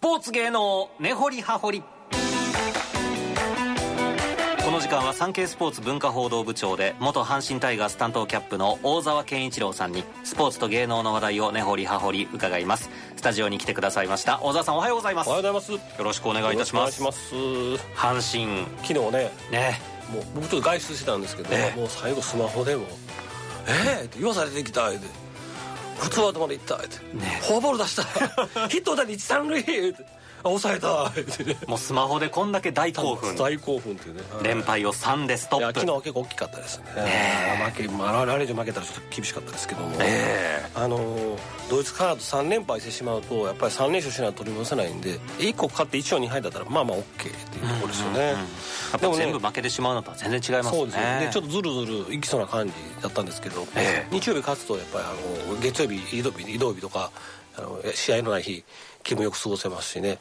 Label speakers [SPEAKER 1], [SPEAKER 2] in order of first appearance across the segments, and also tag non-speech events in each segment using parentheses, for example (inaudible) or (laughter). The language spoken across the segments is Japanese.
[SPEAKER 1] ポーツ芸能根掘り葉掘りこの時間は産経スポーツ文化報道部長で元阪神タイガース担当キャップの大沢健一郎さんにスポーツと芸能の話題を根掘り葉掘り伺いますスタジオに来てくださいました大沢さんおはようございます
[SPEAKER 2] おはようございます
[SPEAKER 1] よろしくお願いいたします
[SPEAKER 2] お願いします
[SPEAKER 1] 阪神
[SPEAKER 2] 昨日ね
[SPEAKER 1] ね
[SPEAKER 2] もう僕ちょっと外出してたんですけど、
[SPEAKER 1] ええ
[SPEAKER 2] もう最後スマホでも「ええって言わされてきた」って「普通は頭で行った」って
[SPEAKER 1] ね
[SPEAKER 2] 「フォアボール出した」
[SPEAKER 1] (laughs)
[SPEAKER 2] 「ヒット打ったり一三塁」って「あ抑えた」ってね
[SPEAKER 1] もうスマホでこんだけ大興奮
[SPEAKER 2] 大興奮っていうね
[SPEAKER 1] 連敗を3でスト
[SPEAKER 2] いや
[SPEAKER 1] ッ
[SPEAKER 2] 昨
[SPEAKER 1] プ
[SPEAKER 2] 日は結構大きかったですね
[SPEAKER 1] え
[SPEAKER 2] 負け、まあ、ラレージ負けたらちょっと厳しかったですけども、
[SPEAKER 1] え
[SPEAKER 2] あのドイツカード3連敗してしまうとやっぱり3連勝しないと取り戻せないんで1個勝って1勝2敗だったらまあまあ OK っていうところですよね、
[SPEAKER 1] やっぱ全部負けてしまうのとは全然違いますね
[SPEAKER 2] そうですよねでちょっとずるずるいきそうな感じだったんですけど、
[SPEAKER 1] ええ
[SPEAKER 2] 日曜日勝つとやっぱりあの月曜日移動日移動日とかあの試合のない日気分よく過ごせますしね、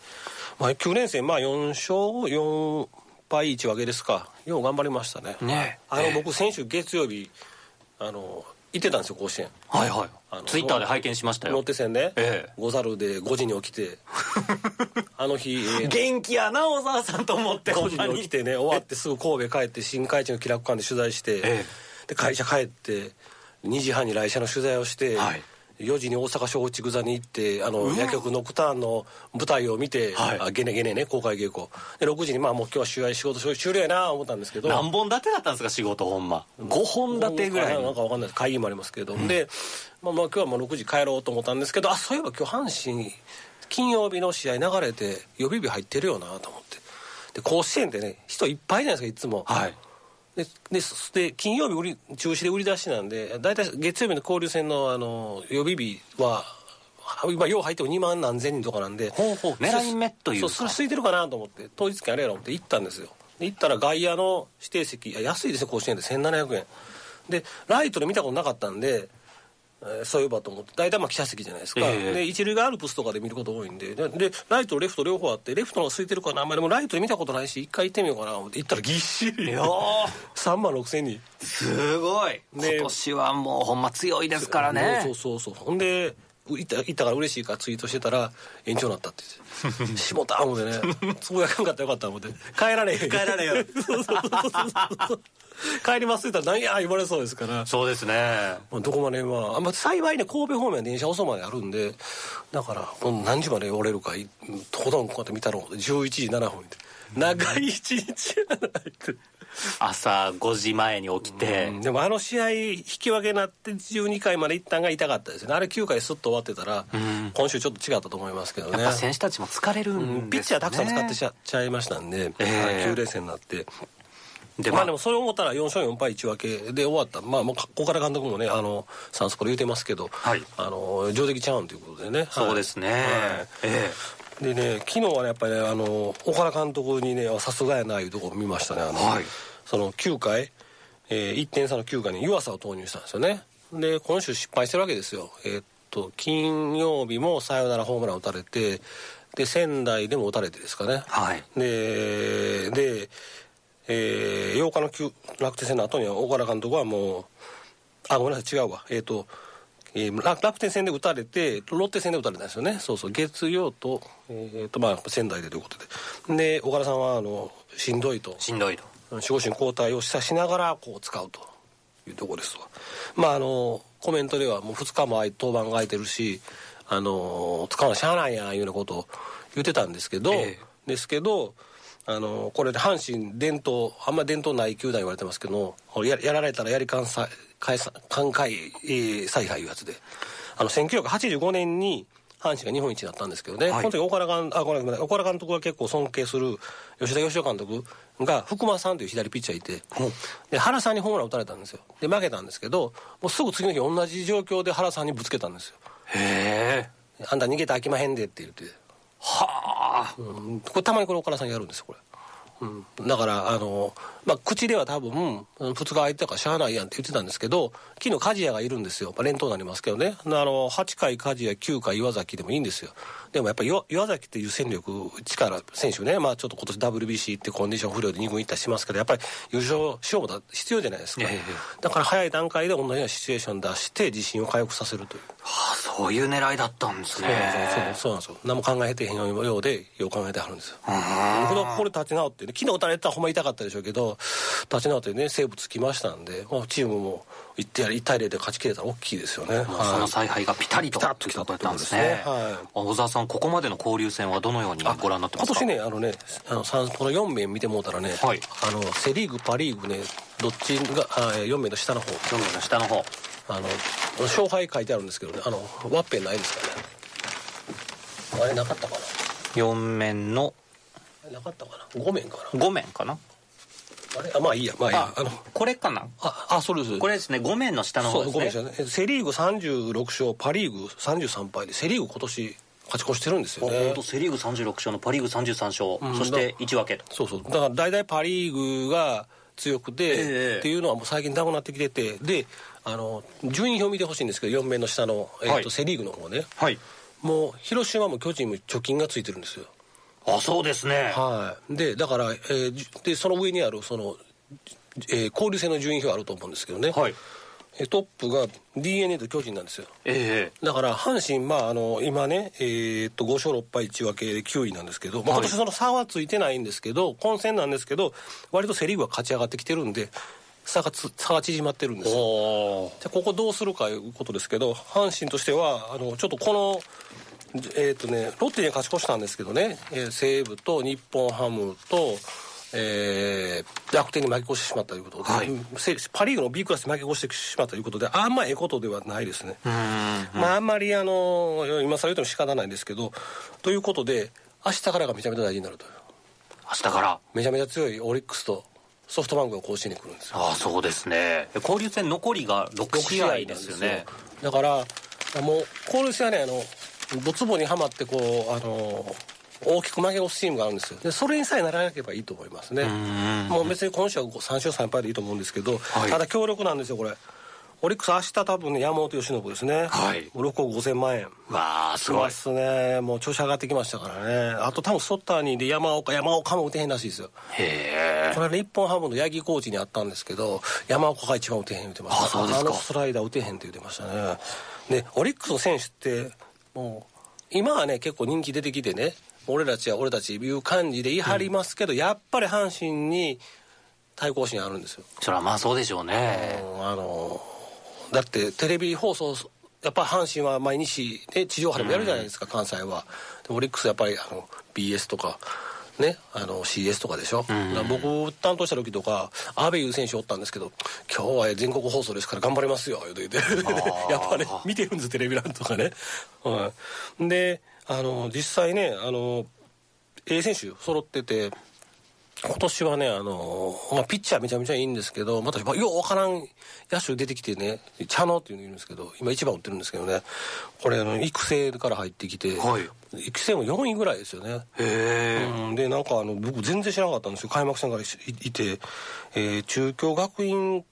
[SPEAKER 2] まあ、9連戦、まあ、4勝4敗1分けですかよう頑張りましたね
[SPEAKER 1] ね
[SPEAKER 2] あ
[SPEAKER 1] え
[SPEAKER 2] の
[SPEAKER 1] え
[SPEAKER 2] 僕先週月曜日あの行ってたんですよ甲子園
[SPEAKER 1] はいはい
[SPEAKER 2] あの
[SPEAKER 1] ツイッターで拝見しました
[SPEAKER 2] ロッ
[SPEAKER 1] よ
[SPEAKER 2] テ戦ね、
[SPEAKER 1] ええ
[SPEAKER 2] ゴザルで5時に起
[SPEAKER 1] (laughs)
[SPEAKER 2] きてあの日、えー
[SPEAKER 1] 元気やな小沢さんと思 (laughs) って
[SPEAKER 2] 5時に起きてね終わってすぐ神戸帰って新海地の気楽館で取材して、
[SPEAKER 1] え
[SPEAKER 2] で会社帰って2時半に来社の取材をして、
[SPEAKER 1] はい
[SPEAKER 2] 4時に大阪松竹座に行ってあの野局ノクターンの舞台を見て、
[SPEAKER 1] はい
[SPEAKER 2] あゲネゲネね公開稽古で6時にまあもう今日は試合仕事終了やな思ったんですけど
[SPEAKER 1] 何本立てだったんですか仕事ほんま5本立てぐらい
[SPEAKER 2] なん
[SPEAKER 1] の
[SPEAKER 2] かわかんない会議もありますけれど、で、まあ、まあ今日はもう6時帰ろうと思ったんですけどあそういえば今日阪神金曜日の試合流れて予備日入ってるよなと思ってで甲子園ってね人いっぱいじゃないですかいつも
[SPEAKER 1] はい
[SPEAKER 2] ででそで金曜日売り中止で売り出しなんで大体月曜日の交流戦のあの予備日はは今よう入っても2万何千人とかなんで
[SPEAKER 1] ほうほう狙い目というか
[SPEAKER 2] そうそれ空いてるかなと思って当日券あれやろ思って行ったんですよで行ったら外野の指定席あ安いですね甲子園で1700円でライトで見たことなかったんでえーそういえばと思って大体まあ記者席じゃないですか、
[SPEAKER 1] ええ
[SPEAKER 2] で一塁がアルプスとかで見ること多いんでででライトレフト両方あってレフトの空いてるかなあんまりでもライトで見たことないし一回行ってみようかなと思って行ったらぎっしり
[SPEAKER 1] いやー
[SPEAKER 2] 3万6千人
[SPEAKER 1] すごい
[SPEAKER 2] ね
[SPEAKER 1] 今年はもうほんま強いですからね
[SPEAKER 2] そうそうそうそうほんで行った行ったから嬉しいからツイートしてたら延長になったって
[SPEAKER 1] (laughs)
[SPEAKER 2] 言って「しもた!」思ってね「つぶやかんかったらよかった」思って「帰られへん」帰
[SPEAKER 1] られへん
[SPEAKER 2] (laughs) そうそうそうそう帰りますって言ったら「何や!」言われそうですから
[SPEAKER 1] そうですね
[SPEAKER 2] まあどこまでまああんま幸いね神戸方面は電車遅まであるんでだからもう何時まで折れるかいとことんこうやって見たら11時7分って長い一日やないって。
[SPEAKER 1] 朝5時前に起きて
[SPEAKER 2] でもあの試合引き分けになって12回までいったんが痛かったですねあれ9回すっと終わってたら、今週ちょっと違ったと思いますけどね
[SPEAKER 1] やっぱ選手たちも疲れるん
[SPEAKER 2] ピ
[SPEAKER 1] で
[SPEAKER 2] ッ
[SPEAKER 1] す
[SPEAKER 2] チ
[SPEAKER 1] よ
[SPEAKER 2] ャー
[SPEAKER 1] ね
[SPEAKER 2] たくさん使ってしちゃいましたんで、
[SPEAKER 1] ええ
[SPEAKER 2] はい9連戦になって
[SPEAKER 1] で
[SPEAKER 2] ま
[SPEAKER 1] ま
[SPEAKER 2] あでもそれを思ったら4勝4敗1分けで終わった、まあ、もうここから監督もねあのサンスポで言うてますけど、
[SPEAKER 1] はい
[SPEAKER 2] あの上出来ちゃうんということでね
[SPEAKER 1] そうですね、
[SPEAKER 2] はい
[SPEAKER 1] え
[SPEAKER 2] でね昨日はねやっぱりねあの岡田監督にねあさすがやないうところを見ましたねあの、
[SPEAKER 1] はい
[SPEAKER 2] その9回、えー、1点差の9回に湯浅を投入したんですよねで今週失敗してるわけですよえーっと金曜日もサヨナラホームラン打たれてで仙台でも打たれてですかね
[SPEAKER 1] はい
[SPEAKER 2] でで、えー8日の9楽天戦の後には岡田監督はもうあごめんなさい違うわえっ、と、えー楽楽天戦で打たれてロッテ戦で打たれたんですよねそうそう月曜と,、えーとまあ、仙台でということでで岡田さんはあのしんどいと
[SPEAKER 1] しんどいと
[SPEAKER 2] 守護神交代を示唆しながらこう使うというところですわまああのコメントではもう2日も空い登板が空いてるしあの使うのしゃあないやんいうようなことを言ってたんですけど、
[SPEAKER 1] ええ
[SPEAKER 2] ですけどあのこれで阪神伝統あんま伝統ない球団言われてますけどややられたらやりかんさ返さ寛解、えー采配いうやつであの1985年に阪神が日本一だったんですけどね、
[SPEAKER 1] はい
[SPEAKER 2] この時岡田監あごめんなさい岡田監督が結構尊敬する吉田義雄監督が福間さんという左ピッチャーいて、で原さんにホームラン打たれたんですよで負けたんですけどもうすぐ次の日同じ状況で原さんにぶつけたんですよ
[SPEAKER 1] へえ
[SPEAKER 2] あんた逃げて飽きまへんでって言って、
[SPEAKER 1] はあ
[SPEAKER 2] うんこれたまにこれ岡田さんやるんですよこれうん、だから、あのまあ、口では多分、2日空いてたからしゃあないやんって言ってたんですけど、昨日鍛冶屋がいるんですよ、まあ、連投になりますけどね、あの8回鍛冶屋、9回岩崎でもいいんですよ、でもやっぱり岩岩崎っていう戦力、力、選手ね、まあ、ちょっと今年 WBC ってコンディション不良で2軍行ったりしますけど、やっぱり優勝しようもだ必要じゃないですか、
[SPEAKER 1] ええ
[SPEAKER 2] だから早い段階で同じようなシチュエーション出して、自信を回復させるという。
[SPEAKER 1] あそういう狙いだったんですね
[SPEAKER 2] そうなんですよそうなんですよ何も考えてへんようでよう考えてはるんですよ
[SPEAKER 1] あ
[SPEAKER 2] これこれ立ち直ってね昨日打たれたらほんま痛かったでしょうけど立ち直ってね西武つきましたんで、まあ、チームも1対0で勝ち切れたら大きいですよね、
[SPEAKER 1] ーその
[SPEAKER 2] はい
[SPEAKER 1] 采配がピタリと
[SPEAKER 2] ピタッと来
[SPEAKER 1] という
[SPEAKER 2] た
[SPEAKER 1] こと
[SPEAKER 2] と
[SPEAKER 1] だ
[SPEAKER 2] い
[SPEAKER 1] っ
[SPEAKER 2] う
[SPEAKER 1] た
[SPEAKER 2] こ
[SPEAKER 1] ん
[SPEAKER 2] と
[SPEAKER 1] で
[SPEAKER 2] ですすね
[SPEAKER 1] ね
[SPEAKER 2] はい
[SPEAKER 1] 小沢さんここまでの交流戦はどのようにご覧になってま
[SPEAKER 2] 今
[SPEAKER 1] すか
[SPEAKER 2] 年ねあのねあのさんこの4名見てもうたらね、
[SPEAKER 1] はい
[SPEAKER 2] あのセ・リーグパ・リーグねどっちがあ4名の下の方
[SPEAKER 1] 去年の下の方
[SPEAKER 2] あの勝敗書いてあるんですけどねあのワッペンないですかねあれなかったかな
[SPEAKER 1] 4面の
[SPEAKER 2] あれなかったかな5名か
[SPEAKER 1] 5面かな
[SPEAKER 2] なあれあまあいいやまあいいや
[SPEAKER 1] あ
[SPEAKER 2] あの
[SPEAKER 1] これかな
[SPEAKER 2] ああそうです
[SPEAKER 1] これですね5面の下の
[SPEAKER 2] そ
[SPEAKER 1] 方
[SPEAKER 2] うごめん
[SPEAKER 1] で
[SPEAKER 2] な
[SPEAKER 1] す
[SPEAKER 2] さ
[SPEAKER 1] ね
[SPEAKER 2] いねえセ・リーグ36勝パ・リーグ33敗でセ・リーグ今年勝ち越してるんですよ
[SPEAKER 1] 本
[SPEAKER 2] ね
[SPEAKER 1] 当セ・リーグ36勝のパ・リーグ33勝そして1分けと
[SPEAKER 2] そうそうだから大体パ・リーグが強くて、
[SPEAKER 1] ええ
[SPEAKER 2] っていうのはもう最近なくなってきててであの順位表見てほしいんですけど4名の下の、えーと
[SPEAKER 1] はい
[SPEAKER 2] セ・リーグの方ね
[SPEAKER 1] はい
[SPEAKER 2] もう広島も巨人も貯金がついてるんですよ
[SPEAKER 1] あそうですね
[SPEAKER 2] はいでだから、えーじでその上にあるその、えー交流戦の順位表あると思うんですけどね、
[SPEAKER 1] はい
[SPEAKER 2] えートップが d n a と巨人なんですよ
[SPEAKER 1] ええ
[SPEAKER 2] だから阪神、まあ、あの今ね、えーっと5勝6敗1分けで9位なんですけど、まあ、
[SPEAKER 1] はい
[SPEAKER 2] 今年その差はついてないんですけど、混戦なんですけど、割とセ・リーグは勝ち上がってきてるんで、差がつ差が縮まってるんですよ
[SPEAKER 1] おー
[SPEAKER 2] じゃあここどうするかいうことですけど、阪神としては、あのちょっとこの、えーっとね、ロッテには勝ち越したんですけどね、えー西武と日本ハムと、えー楽天に負け越してしまったということで、
[SPEAKER 1] はい
[SPEAKER 2] せパ・リーグの B クラスに負け越してしまったということで、あんまええことではないですね。
[SPEAKER 1] うーん
[SPEAKER 2] まあ、あんまりあの今更言うても仕方ないんですけどということで明日からがめちゃめちゃ大事になるという
[SPEAKER 1] 明日から
[SPEAKER 2] めちゃめちゃ強いオリックスとソフトバンクが甲子園に来るんですよ
[SPEAKER 1] ああそうですね交流戦残りが6試合ですよね
[SPEAKER 2] だからもう交流戦はねあのドツボにはまってこうあの大きく負け越すチームがあるんですよでそれにさえならなければいいと思いますね
[SPEAKER 1] ん
[SPEAKER 2] もう別に今週は3勝3敗でいいと思うんですけど、
[SPEAKER 1] はい
[SPEAKER 2] ただ強力なんですよこれオリックス明日多分ね山本由伸ですね、
[SPEAKER 1] はい
[SPEAKER 2] 6億5000万円
[SPEAKER 1] わあす
[SPEAKER 2] すご
[SPEAKER 1] ご
[SPEAKER 2] い
[SPEAKER 1] い
[SPEAKER 2] ですね、もう調子上がってきましたからね、あと多分ソッターにで山岡、山岡も打てへんらしいですよ、
[SPEAKER 1] へえ
[SPEAKER 2] これ、日本ハムの八木コーチにあったんですけど、山岡が一番打てへん言ってました、
[SPEAKER 1] あそうですか
[SPEAKER 2] のスライダー打てへんって言ってましたね、でオリックスの選手って、もう、今はね、結構人気出てきてね、俺たちは俺たちいう感じで言い張りますけど、やっぱり阪神に対抗心あるんですよ。
[SPEAKER 1] そりゃまあそうでしょうね
[SPEAKER 2] あのだってテレビ放送やっぱり阪神は毎日、ね、地上波でもやるじゃないですか、関西はでオリックスやっぱりあの BS とか、ね、あの CS とかでしょ、だから僕担当した時とか阿部優選手おったんですけど「今日は全国放送ですから頑張りますよ」言うて言うて (laughs) やっぱね見てるんですテレビ欄とかね、はい、であの実際ねあの A 選手揃ってて今年はね、あのまあ、ピッチャーめちゃめちゃいいんですけど、また、まあようわからん野手出てきてね、茶野っていうのいるんですけど、今一番打ってるんですけどね、これ、あの育成から入ってきて、
[SPEAKER 1] はい
[SPEAKER 2] 育成も4位ぐらいですよね。
[SPEAKER 1] へ
[SPEAKER 2] うんで、なんかあの、僕全然知らなかったんですよ。開幕戦からいいて、えー中京学院、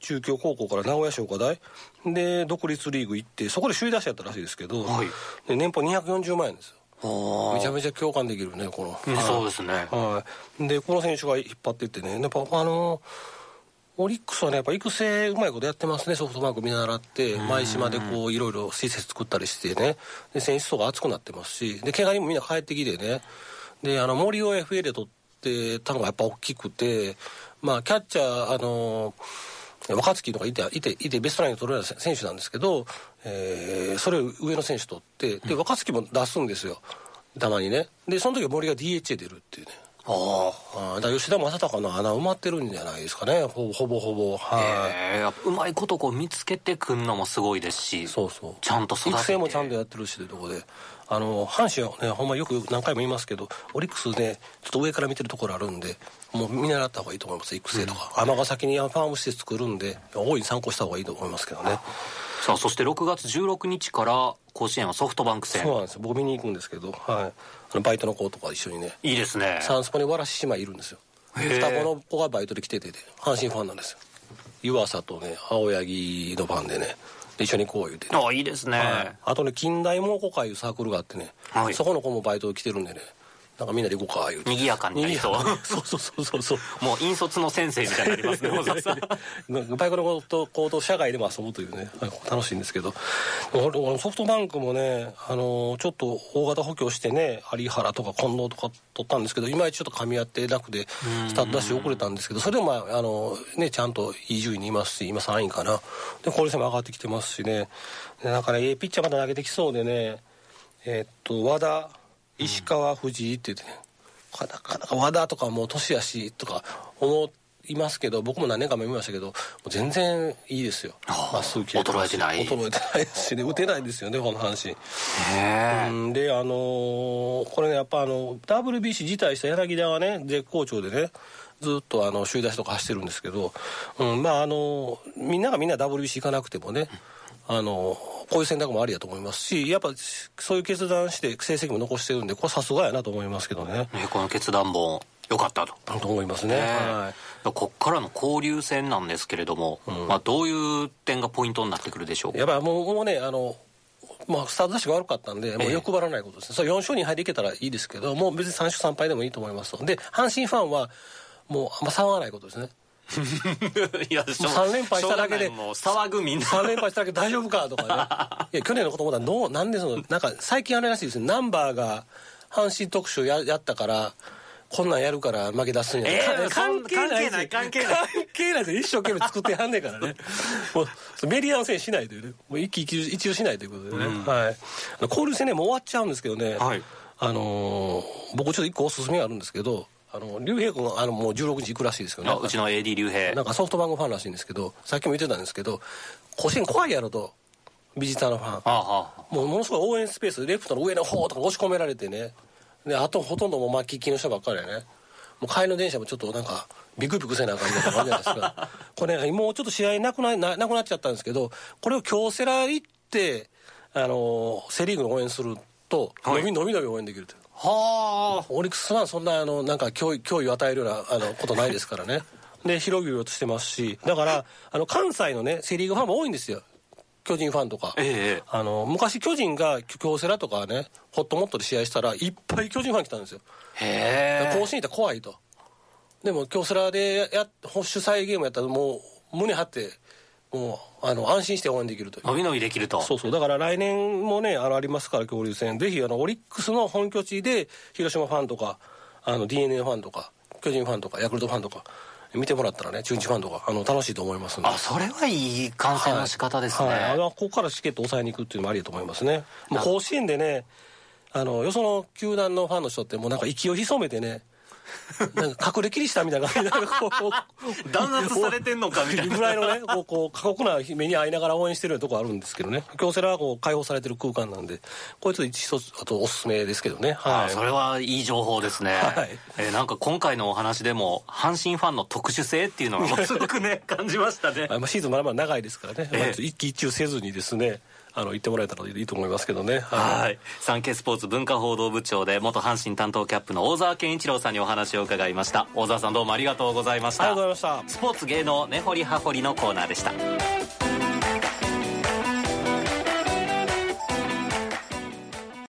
[SPEAKER 2] 中京高校から名古屋商科大で、独立リーグ行って、そこで首位打者やったらしいですけど、
[SPEAKER 1] はい
[SPEAKER 2] で年俸240万円ですよ。
[SPEAKER 1] えお
[SPEAKER 2] めちゃ
[SPEAKER 1] ー
[SPEAKER 2] めちゃ共感できるね、この。
[SPEAKER 1] そうですね
[SPEAKER 2] はい、でこの選手が引っ張っていってねやっぱあのオリックスはねやっぱ育成うまいことやってますねソフトバンク見習って舞島でこういろいろ施設作ったりしてねで選手層が厚くなってますしで怪我にもみんな帰ってきてねであの森を FA で取ってたのがやっぱ大きくてまあキャッチャーあの若月とかいていていてベストナインを取れる選手なんですけど、えーそれを上の選手取ってで若月も出すんですよたまにねでその時は森が DHA 出るっていうね
[SPEAKER 1] ああ
[SPEAKER 2] あーだから吉田正尚の穴埋まってるんじゃないですかねほほぼほぼはい、
[SPEAKER 1] ええやっぱうまいことこう見つけてくんのもすごいですし
[SPEAKER 2] そうそう
[SPEAKER 1] ちゃんと育てて
[SPEAKER 2] 育成もちゃんとやってるしというところであの阪神はねほんまよく何回も言いますけどオリックスねちょっと上から見てるところあるんでもう見習った方がいいと思います育成とか尼、崎にファーム施設作るんで大いに参考した方がいいと思いますけどね
[SPEAKER 1] さあそして6月16日から甲子園はソフトバンク戦
[SPEAKER 2] そうなんですよ僕見に行くんですけど、はい、あのバイトの子とか一緒にね
[SPEAKER 1] いいですね
[SPEAKER 2] サンスポにわらし姉妹いるんですよ
[SPEAKER 1] へえ
[SPEAKER 2] 双子の子がバイトで来てて、阪神ファンなんですよ湯浅とね青柳のファンでねで一緒にこう言うてね、
[SPEAKER 1] あいいですね、
[SPEAKER 2] はいあとね近代猛虎会いうサークルがあってね、
[SPEAKER 1] はい
[SPEAKER 2] そこの子もバイト来てるんでねなんかみんなで行こうか言うて
[SPEAKER 1] 賑やかになりそう
[SPEAKER 2] 賑やか (laughs) そうそうそうそうそう
[SPEAKER 1] もう引率の先生みたいになり (laughs)
[SPEAKER 2] (laughs)
[SPEAKER 1] ますね小沢さん
[SPEAKER 2] なんかバイクの子と行動社外でも遊ぶというね楽しいんですけど俺俺ソフトバンクもねあのちょっと大型補強してね有原とか近藤とか取ったんですけどいまいちちょっと噛み合ってなくてスタートダッシュ遅れたんですけどそれでも、まああのね、ちゃんといい順位にいますし今3位かなで交流戦も上がってきてますしねでなんかねええピッチャーまた投げてきそうでねえっと和田石川藤井って言ってね、なかなか和田とかもう年やしとか思いますけど僕も何年か前見ましたけどもう全然いいですよ
[SPEAKER 1] ああ
[SPEAKER 2] まっすぐ切れます
[SPEAKER 1] 衰
[SPEAKER 2] し
[SPEAKER 1] えてない
[SPEAKER 2] 衰えてないですしね打てないですよねこの阪
[SPEAKER 1] へえ
[SPEAKER 2] 神、うん、であのーこれねやっぱあの WBC 辞退した柳田はね絶好調でねずっとあの首位打者とか走ってるんですけど、うん、まああのーみんながみんな WBC 行かなくてもねあのーこういう選択もありやと思いますしやっぱそういう決断して成績も残してるんでこれさすがやなと思いますけどね。
[SPEAKER 1] ねこの決断も良かったと
[SPEAKER 2] と思いますね。は
[SPEAKER 1] ねこっからの交流戦なんですけれども、まあ、どういう点がポイントになってくるでしょう
[SPEAKER 2] い。やっぱりもうもうねあのまあ、スタートダッシュが悪かったんで、も
[SPEAKER 1] え
[SPEAKER 2] う
[SPEAKER 1] え
[SPEAKER 2] 欲張らないことですね、それ4勝2敗でいけたらいいですけど、もう別に3勝3敗でもいいと思いますとで、阪神ファンは、もうあんま騒がないことですね、
[SPEAKER 1] (laughs) いやしょう
[SPEAKER 2] 三連敗しただけで
[SPEAKER 1] しょうがないもう騒ぐみんな
[SPEAKER 2] 3連敗しただけ大丈夫か
[SPEAKER 1] (laughs)
[SPEAKER 2] とかね、いや去年のこと思ったらどう、なんでその、なんか最近あれらしいですね、ナンバーが阪神特集ややったから、こんなんやるから負け出すんや、
[SPEAKER 1] ええ
[SPEAKER 2] かですよ
[SPEAKER 1] 関係ない関係ない
[SPEAKER 2] 関係ないですよ一生懸命作ってはんねんから
[SPEAKER 1] (laughs)
[SPEAKER 2] ねもうメリーアン戦しないというねもう一喜一憂一憂しないということでね、はいあの交流戦ねもう終わっちゃうんですけどね、
[SPEAKER 1] はい
[SPEAKER 2] あのー僕ちょっと一個おすすめがあるんですけどあの竜兵君あのもう16日行くらしいですけど
[SPEAKER 1] あ
[SPEAKER 2] ね
[SPEAKER 1] うちの AD 竜兵
[SPEAKER 2] なんかソフトバンクファンらしいんですけどさっきも言ってたんですけど甲子園怖いやろとビジターのファン
[SPEAKER 1] ああはあ
[SPEAKER 2] もうものすごい応援スペースレフトの上の方とか押し込められてねであとほとんどもう巻き利きの人ばっかりやねもう帰りの電車もちょっとなんかビクビクせなあかんみたいなのがあるじゃない
[SPEAKER 1] (laughs)
[SPEAKER 2] ですかこれ、ね、もうちょっと試合なくなななくなっちゃったんですけどこれを京セラ行ってあのーセ・リーグの応援すると、
[SPEAKER 1] はい
[SPEAKER 2] のびのびのび応援できるという
[SPEAKER 1] は
[SPEAKER 2] オリックスはそんなあのなんか脅威脅威を与えるようなあのことないですからねで広々としてますしだからあの関西のねセ・リーグファンも多いんですよ巨人ファンとか、
[SPEAKER 1] ええ
[SPEAKER 2] あの昔巨人が京セラとかねホットモットで試合したらいっぱい巨人ファン来たんですよ、
[SPEAKER 1] あへえ
[SPEAKER 2] 甲子園行ったら怖いとでも京セラでやや主催ゲームやったらもう胸張ってもうあの安心して応援できるという
[SPEAKER 1] 伸び伸びできると
[SPEAKER 2] そうそうだから来年もねあのありますから交流戦ぜひあのオリックスの本拠地で広島ファンとかあの d n a ファンとか巨人ファンとかヤクルトファンとか見てもらったらね中日ファンとかあの楽しいと思いますんで
[SPEAKER 1] あそれはいい観戦の仕方ですね、
[SPEAKER 2] はいあのここからチケット抑えに行くっていうのもありだと思いますねもう甲子園でねあのよその球団のファンの人ってもうなんか息を潜めてねなんか隠れきりしたみたいな感じでなんかこ
[SPEAKER 1] (laughs)
[SPEAKER 2] う
[SPEAKER 1] 弾圧されてんのかみたいな
[SPEAKER 2] ぐらいのね、こう、こう過酷な目に遭いながら応援してるようなとこあるんですけどね。京セラはこう解放されてる空間なんで、これちょっと一つ、あとおすすめですけどね。
[SPEAKER 1] あ
[SPEAKER 2] は
[SPEAKER 1] あ
[SPEAKER 2] い。
[SPEAKER 1] それはいい情報ですね、
[SPEAKER 2] はい
[SPEAKER 1] えーなんか今回のお話でも阪神ファンの特殊性っていうのはものすごくね感じましたね
[SPEAKER 2] あまあ、シーズンまだまだ長いですから
[SPEAKER 1] え
[SPEAKER 2] ね。
[SPEAKER 1] え
[SPEAKER 2] まあ、一喜一憂せずにですね、あの、言ってもらえたらいいと思いますけどね。は
[SPEAKER 1] はい。産経スポーツ文化報道部長で、元阪神担当キャップの大沢健一郎さんにお話を伺いました。大沢さんどうもありがとうございまし
[SPEAKER 2] あり
[SPEAKER 1] た
[SPEAKER 2] がとう。ございました。
[SPEAKER 1] スポーツ芸能根掘り葉掘りのコーナーでした。